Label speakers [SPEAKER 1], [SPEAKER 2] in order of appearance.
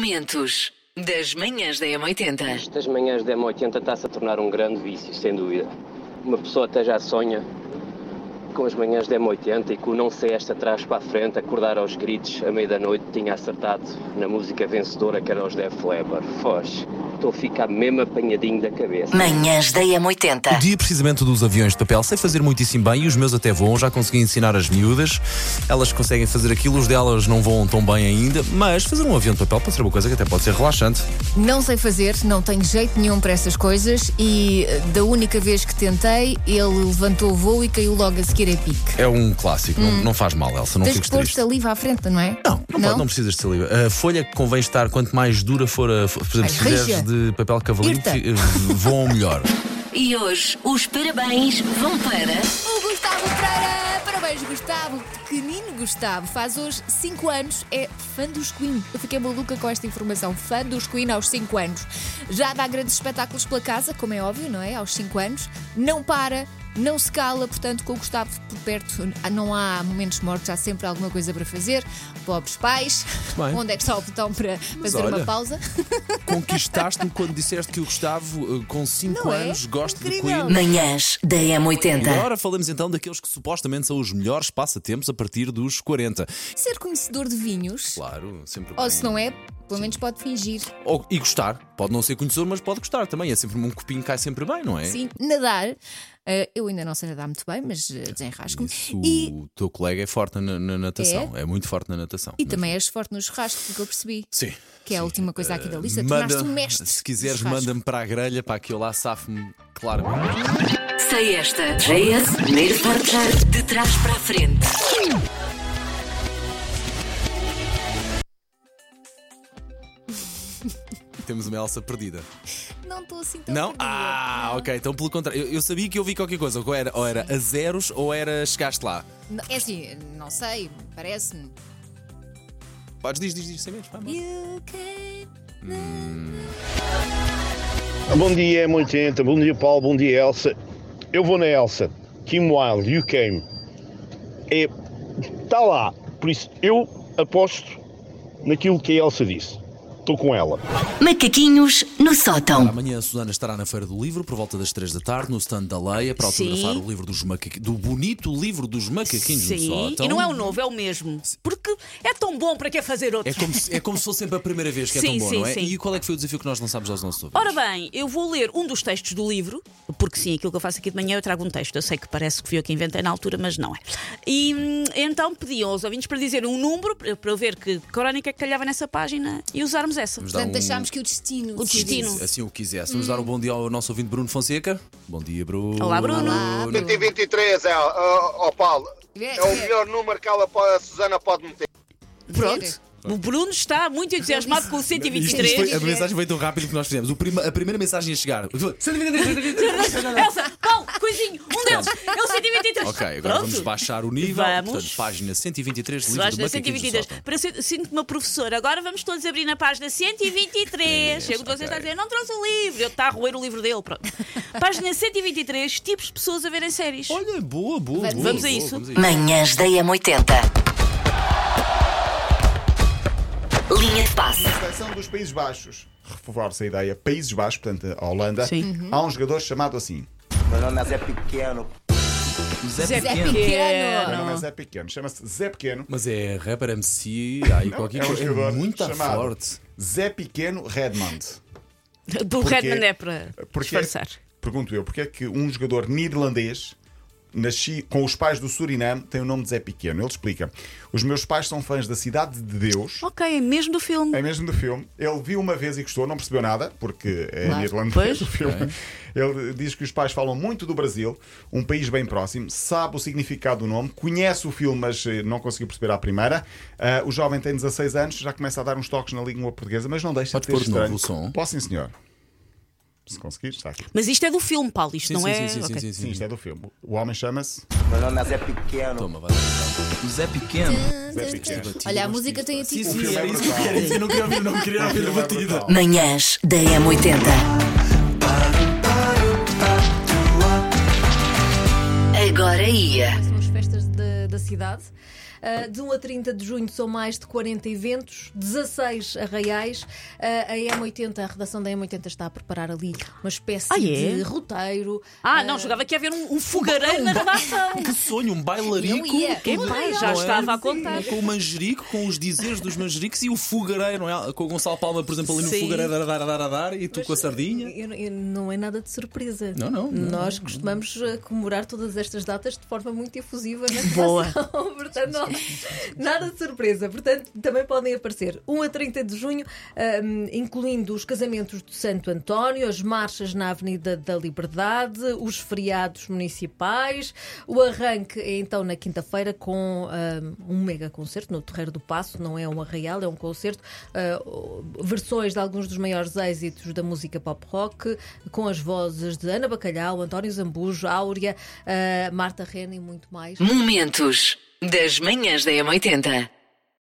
[SPEAKER 1] Momentos das manhãs da M80.
[SPEAKER 2] Estas manhãs da M80 está-se a tornar um grande vício, sem dúvida. Uma pessoa até já sonha com as manhãs da M80 e com o não sei esta atrás para a frente, acordar aos gritos à meia da noite, tinha acertado na música vencedora que era os Def Leppard. Foz, estou a ficar mesmo apanhadinho da cabeça.
[SPEAKER 1] Manhãs da
[SPEAKER 3] O
[SPEAKER 1] M80.
[SPEAKER 3] dia precisamente dos aviões de papel sei fazer muitíssimo bem e os meus até voam, já consegui ensinar as miúdas, elas conseguem fazer aquilo, os delas não voam tão bem ainda, mas fazer um avião de papel pode ser uma coisa que até pode ser relaxante.
[SPEAKER 4] Não sei fazer, não tenho jeito nenhum para essas coisas e eh, da única vez que tentei, ele levantou o voo e caiu logo a seguir a pique.
[SPEAKER 3] É um clássico, não, não faz mal, Elsa, não
[SPEAKER 4] Hum. Tens
[SPEAKER 3] fiques
[SPEAKER 4] que pôr
[SPEAKER 3] triste.
[SPEAKER 4] saliva à frente, não é?
[SPEAKER 3] Não, não, Pode, não precisas de saliva. A folha que convém estar, quanto mais dura for a. fo- Por exemplo,
[SPEAKER 4] Mais
[SPEAKER 3] se fizeres
[SPEAKER 4] rija.
[SPEAKER 3] de papel cavalinho,
[SPEAKER 4] Irta.
[SPEAKER 3] fi- eh, voam melhor.
[SPEAKER 1] E hoje os parabéns vão para.
[SPEAKER 4] O Gustavo Pereira! Parabéns, Gustavo! Pequenino Gustavo, faz hoje 5 anos, é fã dos Queen. Eu fiquei maluca com esta informação. Fã dos Queen aos 5 anos. Já dá grandes espetáculos pela casa, como é óbvio, não é? Aos 5 anos. Não para, não se cala, portanto, com o Gustavo por perto ah, não há momentos mortos, há sempre alguma coisa para fazer. Pobres pais,
[SPEAKER 3] Bem.
[SPEAKER 4] onde é que está o botão para fazer
[SPEAKER 3] olha,
[SPEAKER 4] uma pausa?
[SPEAKER 3] Conquistaste-me quando disseste que o Gustavo, eh, com 5
[SPEAKER 4] Não é?
[SPEAKER 3] anos, gosta de
[SPEAKER 4] Incrível.
[SPEAKER 3] Queen.
[SPEAKER 1] Manhãs da
[SPEAKER 3] E
[SPEAKER 1] M80.
[SPEAKER 3] agora falamos então daqueles que supostamente são os melhores passatempos a partir dos 40.
[SPEAKER 4] Ser conhecedor de vinhos,
[SPEAKER 3] Claro, sempre
[SPEAKER 4] ou
[SPEAKER 3] bem.
[SPEAKER 4] se não é, pelo menos pode fingir.
[SPEAKER 3] Ou- e gostar. Pode não ser conhecedor, mas pode gostar também. É sempre um copinho que cai sempre bem, não é?
[SPEAKER 4] Sim, nadar. Eh, eu ainda não sei nadar muito bem, mas eh, desenrasco-me.
[SPEAKER 3] Isso,
[SPEAKER 4] E,
[SPEAKER 3] O teu colega é forte na, na natação. É? muito forte na natação.
[SPEAKER 4] e também és forte no churrasco, porque eu percebi.
[SPEAKER 3] Sim. eh,
[SPEAKER 4] Que é a última coisa aqui da lista.
[SPEAKER 3] Manda,
[SPEAKER 4] Tornaste um mestre.
[SPEAKER 3] se
[SPEAKER 4] do
[SPEAKER 3] quiseres,
[SPEAKER 4] churrasco.
[SPEAKER 3] manda-me para a grelha para que eu lá safo-me claramente.
[SPEAKER 1] Sei esta. JS, primeiro forjar de trás para a frente.
[SPEAKER 3] Temos uma Elsa perdida.
[SPEAKER 4] Não estou assim tão
[SPEAKER 3] Não?
[SPEAKER 4] perdida.
[SPEAKER 3] Ah,
[SPEAKER 4] Não.
[SPEAKER 3] ok. Então, pelo contrário, eu, eu sabia que eu vi qualquer coisa. Ou era, ou era a zeros ou era chegaste lá.
[SPEAKER 4] Não, É assim, não sei, parece-me.
[SPEAKER 3] Podes diz, diz, diz, sem medo. Vamos.
[SPEAKER 4] You can-
[SPEAKER 5] Bom dia, M80. Bom dia, Paulo. Bom dia, Elsa. Eu vou na Elsa. Kim Wilde, You Came. É. Está lá. Por isso, eu aposto naquilo que a Elsa disse. Estou com ela.
[SPEAKER 1] Macaquinhos no sótão.
[SPEAKER 3] Amanhã a Susana estará na Feira do Livro por volta das 3 da tarde no stand da Leia para
[SPEAKER 6] Sim.
[SPEAKER 3] autografar o livro dos macaquinhos, do bonito livro dos macaquinhos no
[SPEAKER 6] Sim,
[SPEAKER 3] sótão.
[SPEAKER 6] e não é o novo, é o mesmo. Porque é tão bom para que fazer outro?
[SPEAKER 3] É como, se, é como se fosse sempre a primeira vez que é tão
[SPEAKER 6] Sim,
[SPEAKER 3] bom,
[SPEAKER 6] sim,
[SPEAKER 3] não é?
[SPEAKER 6] sim.
[SPEAKER 3] E qual é que foi o desafio que nós lançámos aos nossos ouvintes?
[SPEAKER 6] Ora bem, eu vou ler um dos textos do livro, porque sim, aquilo que eu faço aqui de manhã eu trago um texto. Eu sei que parece que fui eu que inventei na altura, mas não é. E hum, então pediam aos ouvintes para dizer um número, para eu- para eu ver que crónica é que calhava nessa página e usarmos essa.
[SPEAKER 3] Vamos dar
[SPEAKER 4] Portanto,
[SPEAKER 3] um-
[SPEAKER 4] achámos que o destino.
[SPEAKER 6] O
[SPEAKER 4] decidiu.
[SPEAKER 6] destino.
[SPEAKER 3] Assim o quisesse. Vamos dar um bom dia ao nosso ouvinte Bruno Fonseca. Bom dia, Bruno.
[SPEAKER 6] Olá, Bruno.
[SPEAKER 4] Olá, Bruno.
[SPEAKER 7] 123 é, ó, ó, Paulo, é o melhor número que ela, po- a Susana pode meter.
[SPEAKER 6] Pronto. O Bruno está muito entusiasmado com o
[SPEAKER 3] um Isto- isto foi-
[SPEAKER 6] 123.
[SPEAKER 3] a mensagem veio tão rápido que nós fizemos. O prima- a primeira mensagem a chegar.
[SPEAKER 6] Elsa, Paulo, coisinho, um deles, é o 123.
[SPEAKER 3] ok, agora
[SPEAKER 6] Pronto.
[SPEAKER 3] vamos baixar o nível.
[SPEAKER 6] Vamos.
[SPEAKER 3] Portanto, página 123, livro
[SPEAKER 6] Página
[SPEAKER 3] do Macaquinhos no
[SPEAKER 6] 122.
[SPEAKER 3] Sótão.
[SPEAKER 6] Para ser, sinto-me uma professora. Agora vamos todos abrir na página 123. Chego de vocês
[SPEAKER 3] É ok.
[SPEAKER 6] a dizer, não trouxe o livro. Eu está a roer o livro dele. Pronto. Página 123, tipos de pessoas a verem séries.
[SPEAKER 3] Olha, boa, boa.
[SPEAKER 4] Vamos-
[SPEAKER 3] boa,
[SPEAKER 6] vamos a
[SPEAKER 3] boa,
[SPEAKER 6] isso?
[SPEAKER 3] vamos a
[SPEAKER 1] Manhãs da M80. Linha de passe.
[SPEAKER 8] seleção dos Países Baixos. Reforça a ideia. Países Baixos, portanto, a Holanda.
[SPEAKER 6] Sim.
[SPEAKER 8] Há um jogador chamado assim.
[SPEAKER 7] Meu nome é Zé Pequeno.
[SPEAKER 4] Zé Pequeno.
[SPEAKER 8] Não. Não é Zé Pequeno. Chama-se Zé Pequeno.
[SPEAKER 3] Mas é rapper MC, aí qualquer
[SPEAKER 8] é um
[SPEAKER 3] coisa. É
[SPEAKER 8] jogador
[SPEAKER 3] muito
[SPEAKER 8] chamado
[SPEAKER 3] forte.
[SPEAKER 8] Zé Pequeno Redmond.
[SPEAKER 6] Do
[SPEAKER 8] Porquê?
[SPEAKER 6] Redman é para
[SPEAKER 8] Porquê-
[SPEAKER 6] disfarçar.
[SPEAKER 8] Pergunto eu, porque é que um jogador neerlandês nasci com os pais do Suriname tem o nome de Zé Pequeno? Ele explica. Os meus pais são fãs da Cidade de Deus.
[SPEAKER 6] Ok, é mesmo do filme.
[SPEAKER 8] É mesmo do filme. Ele viu uma vez e gostou, não percebeu nada, porque é
[SPEAKER 4] Claro.
[SPEAKER 8] neerlandês
[SPEAKER 6] Pois.
[SPEAKER 8] o filme. Ele diz que os pais falam muito do Brasil, um país bem próximo, sabe o significado do nome, conhece o filme, mas eh, não conseguiu perceber à primeira. Ah, o jovem tem 16 anos, já começa a dar uns toques na língua portuguesa, mas não deixa
[SPEAKER 3] Podes
[SPEAKER 8] de ter
[SPEAKER 3] pôr de novo
[SPEAKER 8] estranho.
[SPEAKER 3] o som?
[SPEAKER 8] Posso sim, senhor. Se conseguir, está aqui.
[SPEAKER 6] Mas isto é do filme, Paulo. Isto
[SPEAKER 3] Sim,
[SPEAKER 6] não
[SPEAKER 3] sim,
[SPEAKER 6] é.
[SPEAKER 3] sim, sim,
[SPEAKER 6] ok.
[SPEAKER 3] sim, sim,
[SPEAKER 8] Sim, isto é um do filme. O homem chama-se.
[SPEAKER 7] Meu nome é Zé Pequeno.
[SPEAKER 3] Toma, vai.
[SPEAKER 2] Zé Pequeno.
[SPEAKER 4] Olha, a música tem a
[SPEAKER 3] Sim,
[SPEAKER 4] ti.
[SPEAKER 3] sim,
[SPEAKER 8] filme
[SPEAKER 3] era
[SPEAKER 8] é
[SPEAKER 3] isso que eu
[SPEAKER 8] brutal.
[SPEAKER 3] queria dizer. Não queria ouvir, não queria ouvir a
[SPEAKER 8] Ele é
[SPEAKER 3] batida.
[SPEAKER 8] brutal.
[SPEAKER 1] Manhãs da M80. Agora ia.
[SPEAKER 9] são as festas da, da cidade.
[SPEAKER 4] Ah, de 1 a 30 de junho são mais de 40 eventos, 16 arraiais. Ah, a M80, a redação da M80 está a preparar ali uma espécie
[SPEAKER 6] Ah, é?
[SPEAKER 4] de roteiro.
[SPEAKER 6] Ah, não, jogava que ia haver um, um fogareiro na redação.
[SPEAKER 3] Que sonho, um bailarico.
[SPEAKER 10] Não ia.
[SPEAKER 3] com-
[SPEAKER 10] Epá,
[SPEAKER 3] não
[SPEAKER 6] já
[SPEAKER 3] é?
[SPEAKER 6] estava a contar.
[SPEAKER 3] Com o manjerico, com os dizeres dos manjericos e o fogareiro, não é? Com o Gonçalo Palma, por exemplo, ali no
[SPEAKER 6] Sim.
[SPEAKER 3] fogareiro, dar, dar, dar, dar, dar, e tu com a sardinha.
[SPEAKER 4] Eu- eu- não é nada de surpresa.
[SPEAKER 3] Não, não, não.
[SPEAKER 4] Nós costumamos eh, comemorar todas estas datas de forma muito efusiva na
[SPEAKER 6] Boa.
[SPEAKER 4] redação. Portanto, não- nada de surpresa. Portanto, também podem aparecer 1 a 30 de junho, ahm, incluindo os casamentos de Santo António, as marchas na Avenida da Liberdade, os feriados municipais. O arranque é então na quinta-feira com ahm, um mega concerto no Terreiro do Passo. Não é um arraial, é um concerto. ah, versões de alguns dos maiores êxitos da música pop rock, com as vozes de Ana Bacalhau, António Zambujo, Áurea, ah, Marta Rena e muito mais.
[SPEAKER 9] Momentos das manhãs da M80.